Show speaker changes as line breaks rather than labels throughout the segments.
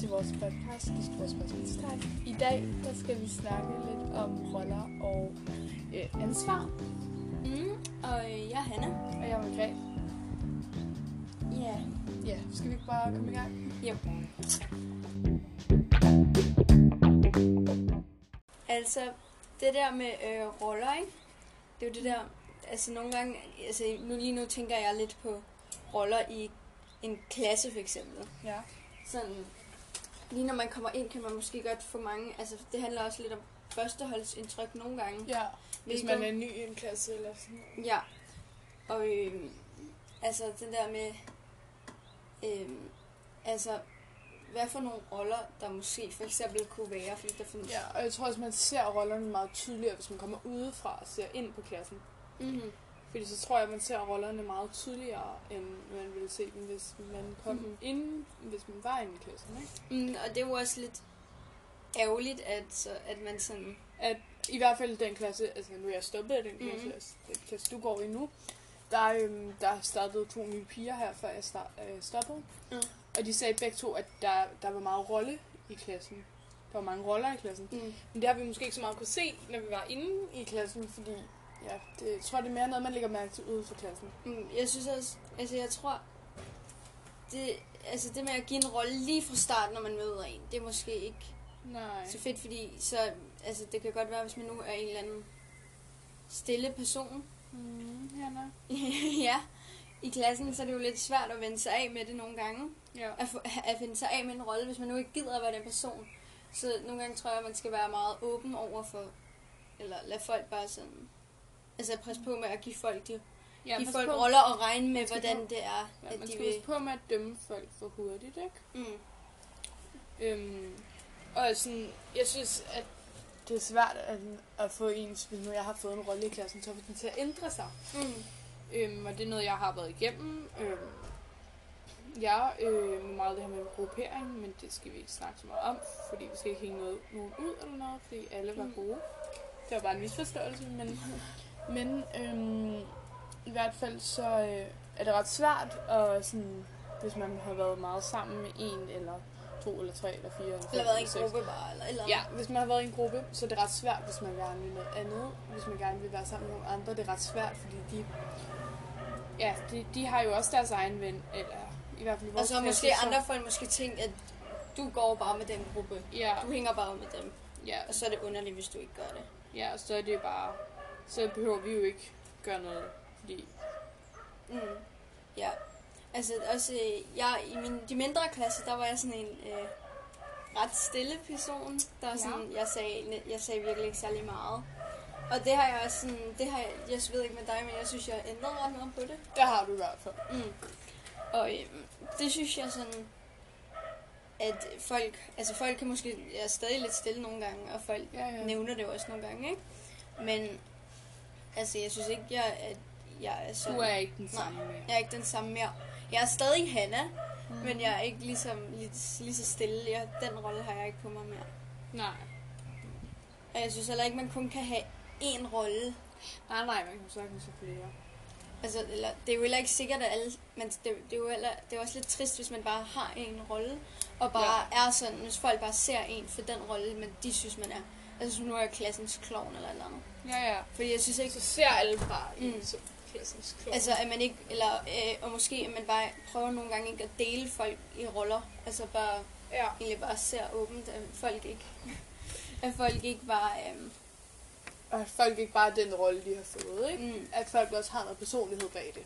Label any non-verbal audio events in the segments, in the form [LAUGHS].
til vores podcast. Det skal vores podcast. I dag der skal vi snakke lidt om roller og øh, ansvar.
Mm, og øh, jeg er Hanna.
Og jeg er Margrethe.
Ja.
Ja, skal vi ikke bare komme i gang?
Jo. Altså, det der med øh, roller, ikke? Det er jo det der, altså nogle gange, altså nu lige nu tænker jeg lidt på roller i en klasse for eksempel.
Ja.
Sådan, lige når man kommer ind, kan man måske godt få mange, altså det handler også lidt om førsteholdsindtryk nogle gange.
ja. Hvis
Hvilket-
man er ny i en klasse eller sådan noget.
Ja. Og øhm, altså det der med, øhm, altså hvad for nogle roller, der måske for eksempel kunne være, fordi der findes...
Ja, og jeg tror også, man ser rollerne meget tydeligere, hvis man kommer udefra og ser ind på klassen.
Mm-hmm.
Fordi så tror jeg, man ser rollerne meget tydeligere, end man ville se dem, hvis man kom
Mhm.
mm-hmm. inden, hvis man var inde i klassen. Ikke?
Mm, og det er jo også lidt ærgerligt, at, så- at man sådan...
At i hvert fald den klasse, altså nu er jeg stoppet af den klasse,
Mhm.
mm-hmm. altså, den klasse du går i nu, der, øhm, der startede to nye piger her, før jeg start, øh, stoppede.
Mm.
Og de sagde begge to, at der, der var meget rolle i klassen. Der var mange roller i klassen.
Mm.
Men det har vi måske ikke så meget kunne se, når vi var inde i klassen, fordi ja, det, jeg tror, det er mere noget, man lægger mærke til ude for klassen.
Mm, jeg synes også... Altså jeg tror... Det, altså det med at give en rolle lige fra start, når man møder en, det er måske ikke
Nej.
så fedt, fordi så, altså, det kan godt være, hvis man nu er en eller anden stille person,
Mm, ja, nej.
[LAUGHS] ja, i klassen, så er det jo lidt svært at vende sig af med det nogle gange.
Ja.
At, få, at vende sig af med en rolle, hvis man nu ikke gider at være den person. Så nogle gange tror jeg, at man skal være meget åben over for, eller lade folk bare sådan, altså presse på med at give folk, de,
ja
give
pas
folk
på-
roller og regne med,
Man skal
hvordan
på-
det er,
Ja,
at
man
de
skal
vil.
passe på med at dømme folk for hurtigt, ikke?
Mm,
Øhm, og sådan, jeg synes, at det er svært at, at få ens, hvis nu jeg har fået en rolle i klassen, så får den til at ændre sig.
mm,
Øhm, og det er noget, jeg har været igennem. Øhm, jeg øh, med meget det her med gruppering, men det skal vi ikke snakke så meget om, fordi vi skal ikke hænge noget, nogen ud eller noget, fordi alle var
Mm.
gode. Det var bare en misforståelse, men, men øhm, i hvert fald så øh, er det ret svært, og sådan, hvis man har været meget sammen med en, eller to, eller tre, eller fire, eller fem,
eller været i en
eller seks.
gruppe bare, eller, eller
Ja, hvis man har været i en gruppe, så er det ret svært, hvis man gerne vil noget andet. Hvis man gerne vil være sammen med nogle andre, det er ret svært, fordi de, ja, de, de har jo også deres egen ven, eller i hvert fald i vores
Og så
klasse,
måske andre folk måske tænke, at du går bare med den gruppe.
Ja,
Du hænger bare med dem.
ja,
Og så er det underligt, hvis du ikke gør det.
ja, og så er det bare, så behøver vi jo ikke gøre noget, fordi,
Mm. Ja. Altså også, øh, jeg i min, de mindre klasser, der var jeg sådan en øh, ret stille person. Der var
Ja.
sådan, jeg, sagde, ne- jeg sagde virkelig ikke særlig meget. Og det har jeg også sådan, det har jeg, jeg ved ikke med dig, men jeg synes, jeg har ændret ret meget på det.
der har du i hvert fald.
Mm. Og øh, det synes jeg sådan, at folk, altså folk kan måske, jeg er stadig lidt stille nogle gange, og folk
Ja, ja.
nævner det jo også nogle gange, ikke? Men altså, jeg synes ikke, jeg, at jeg er sådan...
Du er ikke den
Nej.
samme mere.
Jeg er ikke den samme mere. Jeg er stadig Hanna, mm. men jeg er ikke ligesom, lige, lige så stille. Jeg, den rolle har jeg ikke på mig mere.
Nej.
Og jeg synes heller ikke, man kun kan have én rolle.
Nej, nej, man kan sagtens have flere.
Altså, eller, det er jo heller ikke sikkert, at alle... Men det, det, er jo heller, det er jo også lidt trist, hvis man bare har en rolle. Og bare ja. er sådan, hvis folk bare ser en for den rolle, men de synes, man er. Altså, nu er jeg klassens klovn eller et eller andet.
Ja, ja.
Fordi jeg synes ikke,
Så ser alle bare
Mm.
mm. så klassens klog.
Altså, at man ikke, eller, øh, og måske, at man bare prøver nogle gange ikke at dele folk i roller. Altså bare,
ja.
egentlig bare ser åbent, at folk ikke, at folk ikke bare, øhm,
Og at folk ikke bare er den rolle, de har fået, ikke?
mm,
At folk også har noget personlighed bag det.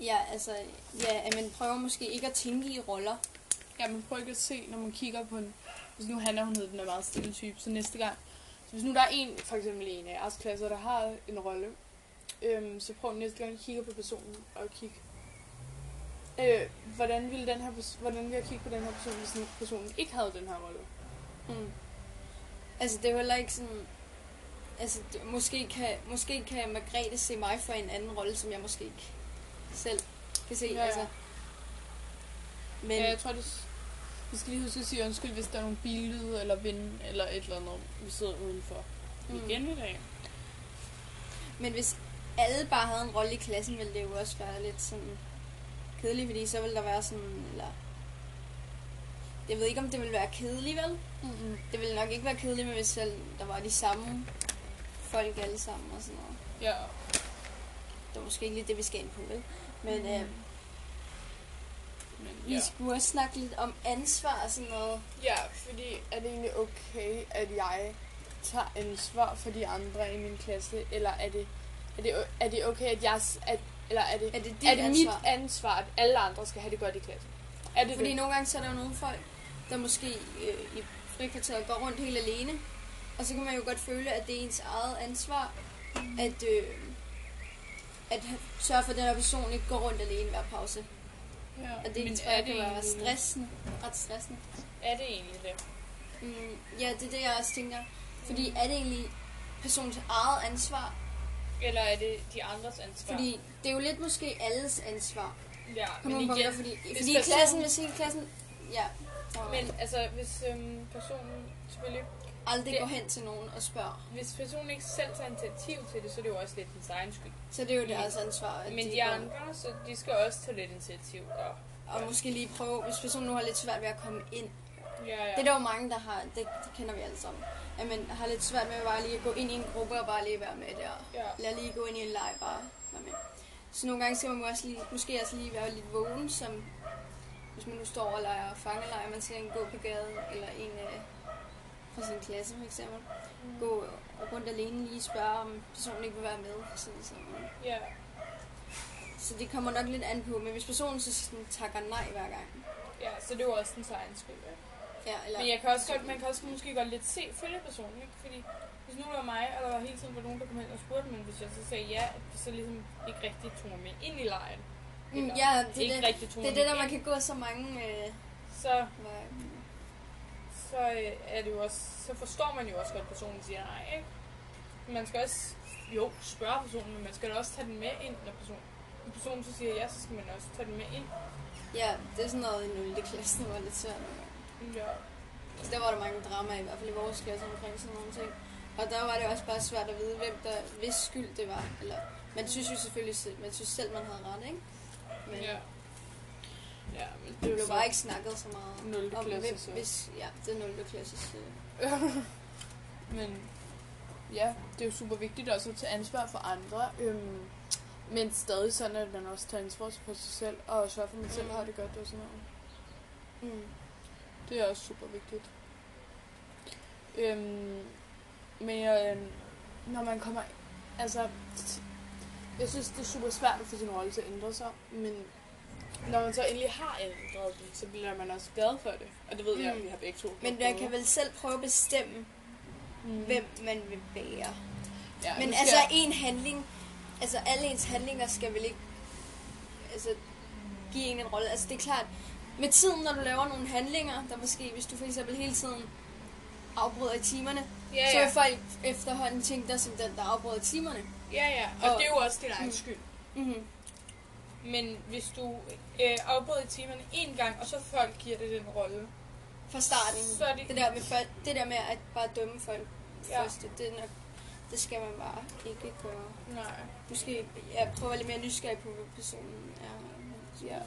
ja, altså, ja, at man prøver måske ikke at tænke i roller.
Ja, man prøver ikke at se, når man kigger på en... Hvis nu Hanna, hun hedder den er meget stille type, så næste gang... Så hvis nu der er en, for eksempel en af jeres klasser, der har en rolle, øhm, så prøv næste gang at kigge på personen og kigge... Øh, hvordan ville, den her, pers- hvordan ville jeg kigge på den her person, hvis den personen ikke havde den her rolle?
Mm. Altså, det er jo heller ikke sådan, altså, det, måske, kan, måske kan Margrethe se mig for en anden rolle, som jeg måske ikke selv kan se,
Ja,
ja,
ja.
altså. Men,
Ja,
ja,
jeg tror, det... s- Vi skal lige huske at sige undskyld, hvis der er nogle billyde eller vind eller et eller andet, vi sidder udenfor.
Mm.
Igen i dag.
men hvis alle bare havde en rolle i klassen, ville det jo også være lidt sådan kedeligt, fordi så ville der være sådan, eller jeg ved ikke, om det ville være kedeligt, vel?
Mm-hmm.
Det ville nok ikke være kedeligt, men hvis selv der var de samme folk alle sammen og sådan noget.
Ja.
Det var måske ikke lige det, vi skal ind på, vel? Men
Mhm.
øh,
Men,
vi skulle også snakke lidt om ansvar og sådan noget.
Ja, fordi er det egentlig okay, at jeg tager ansvar for de andre i min klasse, eller er det er det, o- er det okay, at jeg s- at, eller er det,
Er det dit
er det
ansvar?
mit ansvar, at alle andre skal have det godt i klassen? Er det
Fordi
det?
nogle gange så er der jo nogle folk, der måske øh, i frikvarteret går rundt helt alene. Og så kan man jo godt føle, at det er ens eget ansvar, at, øh, at h- sørge for, at den her person ikke går rundt alene hver pause.
Ja.
Og det
Men
tror jeg kan være
egentlig-
stressende. Ret stressende.
Er det egentlig det?
Mm, ja, det er det, jeg også tænker. Fordi er det egentlig personens eget ansvar?
Eller er det de andres ansvar?
Fordi det er jo lidt måske alles ansvar.
ja,
På nogle punkter, fordi, fordi i
personen-
klassen, hvis hele klassen... Ja, men
men altså, hvis øhm, personen selvfølgelig
aldrig
det-
går hen til nogen og spørger,
hvis personen ikke selv tager initiativ til det, så er det jo også lidt sin egen skyld.
så det er jo
Ja.
deres ansvar. At
Men de
går-
andre, så de skal også tage lidt initiativ. Og,
Og måske lige prøve, hvis personen nu har lidt svært ved at komme ind.
ja, ja.
Det er der jo mange, der har, det, det kender vi alle sammen. At man har lidt svært med bare lige at gå ind i en gruppe og bare lige være med der.
Ja.
Lad lige gå ind i en leg, bare være med. Så nogle gange skal man også lige, måske også lige være lidt vågen, som hvis man nu står og leger fangelej, og man ser en gå på gaden, eller en øh, fra sin klasse for eksempel, gå rundt alene lige spørge, om personen ikke vil være med. Sådan, sådan.
ja.
Så det kommer nok lidt an på, men hvis personen så sådan, takker nej hver gang,
Ja, så det er jo også ens egen skyld. Ja.
ja, eller
Men jeg kan også godt, man kan også måske godt lidt se følge personen, ikke? Fordi hvis nu det var mig, og der var hele tiden var nogen, der kom hen og spurgte, men hvis jeg så sagde ja, at det så ligesom ikke rigtig tog med ind i lejen.
Mm,
Eller
ja, det er
ikke
det.
rigtig tog
Det er
mig
det,
med
der man
ind,
kan gå så mange øh,
Så,
veje.
så øh, er det jo også, så forstår man jo også godt, at personen siger nej, ikke? Man skal også, jo, spørge personen, men man skal da også tage den med ind, når personen, når personen så siger ja, så skal man også tage den med ind.
Ja, det er sådan noget i 0. klasse, der var lidt svært. nogle gange.
Ja.
Altså, der var der mange drama, i hvert fald i vores klasse omkring sådan nogle ting. Og der var det også bare svært at vide, hvem der, hvis skyld det var. Eller, man synes jo selvfølgelig, selv- man synes selv, man havde ret, ikke? Men
ja. Ja, men
det blev
så-
bare ikke snakket så meget
0.
om,
klasse,
hvem,
så.
hvis, ja, det er 0. klasse. Så.
[LAUGHS] Men ja, det er jo super vigtigt også at tage ansvar for andre. Øhm, men stadig sådan, at man også tager ansvar for sig selv, og sørger for, at man selv
Mm.
har det godt og sådan noget.
Mm.
Det er også super vigtigt. Øhm, men jeg, øhm, når man kommer... Altså, jeg synes, det er super svært at få sin rolle til at ændre sig, men når man så endelig har ændret den, så bliver man også glad for det. Og det ved mm. jeg,
Mm.
at vi har begge to.
Men man kan vel selv prøve at bestemme,
mm.
hvem man vil være.
Ja,
Men
nu
altså
skal-
en handling, altså alle ens handlinger skal vel ikke altså, give en en rolle. Altså det er klart, med tiden, når du laver nogle handlinger, der måske, hvis du for eksempel hele tiden afbryder i timerne,
ja,
så
ja.
vil folk efterhånden tænke dig som den, der afbryder i timerne.
Ja, ja, og,
Og-
og det er jo også din egen
Mm.
skyld. Mhm.
Mm-hmm.
Men hvis du øh, afbryder timerne en gang, og så folk giver det den rolle,
Fra starten.
så er det...
Mm. Det der, med, folk- det der med at bare dømme folk ja.
Ja.
først, det, er nok, det skal man bare ikke gøre.
Nej.
Måske ja, prøve at være lidt mere nysgerrig på, hvem personen er.
Ja.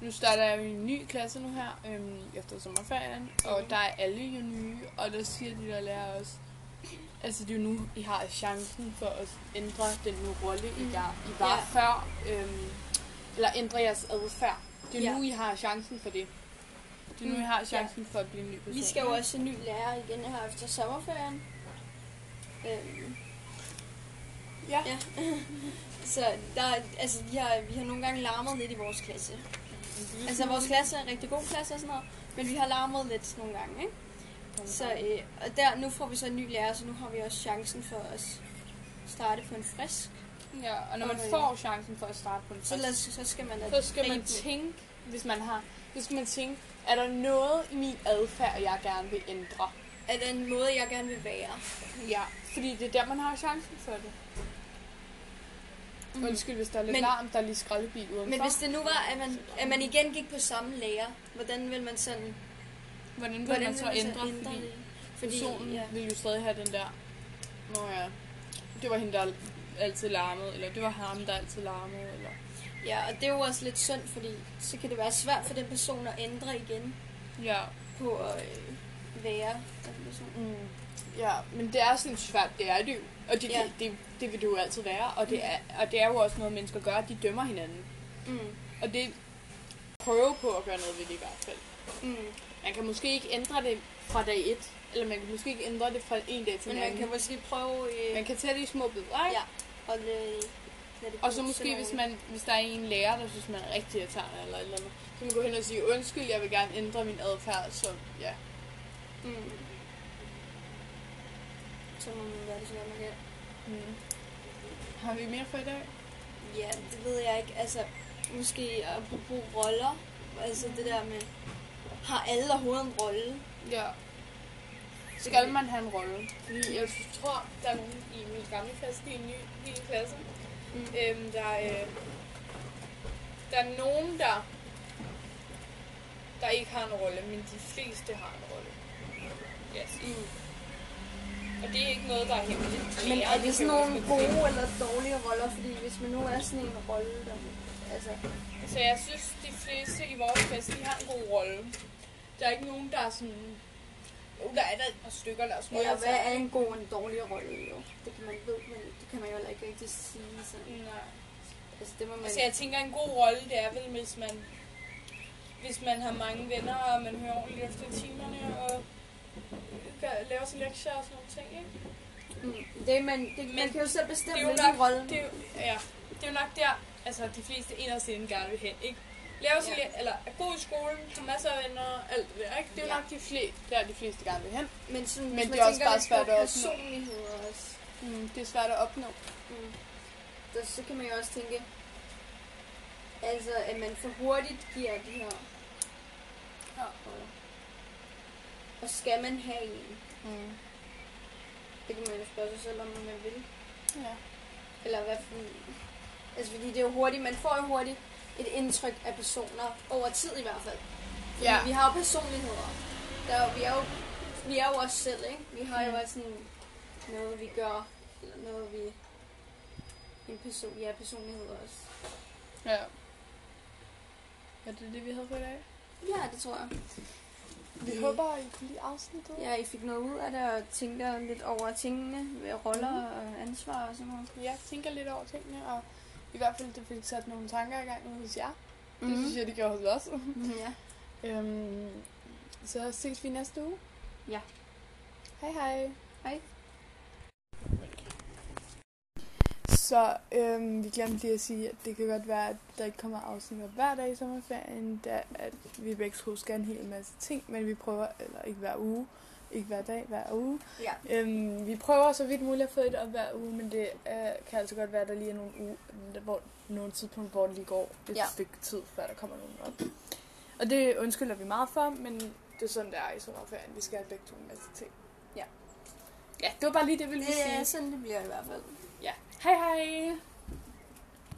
Nu starter jeg jo i en ny klasse nu her, øhm, efter sommerferien, og
Mhm.
der er alle jo nye, og der siger de der lærer også, altså det er jo nu, I har chancen for at ændre den nu rolle, I, der, I var
Mm. Ja.
før, øhm, eller ændre jeres adfærd. Det er
Ja.
nu, I har chancen for det. Det er nu, I
Mm,
har
ja.
chancen for at blive en ny person.
Vi skal jo også en ny lærer igen her efter sommerferien. Øhm,
Ja.
ja. [LAUGHS] så der, altså, vi, har, vi har nogle gange larmet lidt i vores klasse. Altså
Mhm.
vores klasse er en rigtig god klasse og sådan noget, men vi har larmet lidt nogle gange. Ikke?
Mhm.
Så øh, og der, nu får vi så en ny lærer, så nu har vi også chancen for at starte på en frisk.
Ja, og når man
Okay.
får chancen for at starte på en
Så, lad,
fest,
os- så skal man da
så skal man
gribe den.
tænke, hvis man har, så skal man tænke, er der noget i min adfærd, jeg gerne vil ændre?
Er den måde, jeg gerne vil være?
Ja, fordi det er der, man har chancen for det. Mm. Undskyld, hvis der er lidt
Men-
Men... larm, der er lige skraldebil udenfor.
Men hvis det nu var, at man, at man igen gik på samme lærer, hvordan vil man sådan
Hvordan vil
Hvordan
man så ændre? fordi
det?
fordi personen
ja.
ja. vil jo stadig have den der, nå ja, det var hende, der altid larmede, eller det var ham, der altid larmede, eller...
ja, og det er jo også lidt synd, fordi så kan det være svært for den person at ændre igen.
Ja,
på at øh, være den person.
Mm. Ja, men det er sådan svært, det er det jo. Og det,
Ja.
det, det, det vil det jo altid være. Og det, er, og det er jo også noget, mennesker gør, de dømmer hinanden.
Mm.
Og det prøve på at gøre noget ved det i hvert fald.
Mm.
Man kan måske ikke ændre det fra dag 1, eller man kan måske ikke ændre det fra en dag til
Men
en
man kan
anden.
måske prøve øh,
Man kan tage det i små bidder, ikke?
Ja. holde lad det
Og så
gå
måske,
stille
hvis,
roligt.
man, hvis der er en lærer, der synes, man er rigtig irriterende eller et eller andet, så kan man gå hen og sige, undskyld, jeg vil gerne ændre min adfærd, så ja.
Mm. Så må man gøre det, så godt man kan.
Mm. Har vi mere for i dag?
Ja, det ved jeg ikke. Altså, måske at bruge roller. Altså det der med, har alle overhovedet en rolle?
Ja. Skal
Fordi-
man have en rolle? Fordi jeg synes- tror, der er nogen i min gamle klasse, de er nye, de er i klasse,
Mm.
øhm, der, er, øh, der er nogen, der, der ikke har en rolle, men de fleste har en rolle. Yes.
Mm.
Og det er ikke noget, der er hemmeligt.
Men
Lærerne
er
kan
det sådan
jo
nogle
også godt se.
gode eller dårlige roller? Fordi hvis man nu er sådan en rolle, der... Altså,
Så jeg synes, de fleste i vores klasse, de har en god rolle. Der er ikke nogen, der er sådan... Jo, der er der et par stykker, der er små.
eller hvad er en god og en dårlig rolle? Jo? Det kan man ved, men det kan man jo heller ikke rigtig sige. Sådan.
Nej.
Altså, det må man...
Altså, jeg tænker, en god rolle, det er vel, hvis man, hvis man har mange venner, og man hører ordentligt efter i timerne, og gør- laver sine lektier og sådan nogle ting, ikke?
Mm, det, er man, det,
Men
man kan jo selv
det
bestemme,
er jo
hvilken
nok,
rolle
det er jo, ja, det er jo nok der, altså de fleste inderst inden gerne vil hen, ikke? Laver sin, ja. eller er god i skolen, har masser af venner, alt det der, ikke? Det er jo
Ja.
nok de fleste, der de fleste gerne vil hen.
Men, sådan,
Men
hvis
det er også
tænker
bare
lidt
svært
på
at opnå.
personligheder også.
Mm, det er svært at opnå.
Mm. Der, så kan man jo også tænke, altså at man for hurtigt giver de her roller. Og skal man have en?
Mm.
Det kan man jo spørge sig selv om, om man vil.
Ja.
Eller hvad for en- Altså fordi det er jo hurtigt, man får jo hurtigt et indtryk af personer, over tid i hvert fald. Fordi
Ja.
Vi har jo personligheder. Der er jo, vi, er jo, vi er jo os selv, ikke? Vi har jo
Mm.
også sådan noget, vi gør, eller noget, vi... En person, ja, personlighed også.
Ja. Er det det, vi havde for i dag?
Ja, det tror jeg.
Vi håber, I kunne lide afsnittet.
Ja, I fik noget ud af det, og tænker lidt over tingene, med roller og ansvar og sådan noget.
Jeg tænker lidt over tingene, og i hvert fald, det fik sat nogle tanker i gang ude hos jer. Det
Mhm.
synes jeg, det gjorde hos os.
Ja.
øhm, så ses vi næste uge.
Ja.
Hej hej.
Hej.
Så øhm, vi glemte lige at sige, at det kan godt være, at der ikke kommer afsnit op hver dag i sommerferien, da at vi begge to skal en hel masse ting, men vi prøver, eller ikke hver uge, ikke hver dag, hver uge,
Ja.
Øhm, vi prøver så vidt muligt at få et op hver uge, men det øh, kan altså godt være, at der lige er nogle, uge, hvor, nogle tidspunkter, hvor det lige går et ja.
Ja.
stykke tid, før der kommer nogen op. Og det undskylder vi meget for, men det er sådan, det er i sommerferien. Vi skal have begge to en masse ting.
Ja.
Ja, det var bare lige det, vi ville
Det er
sige.
sådan, det bliver i hvert fald.
Ja. Hej hej!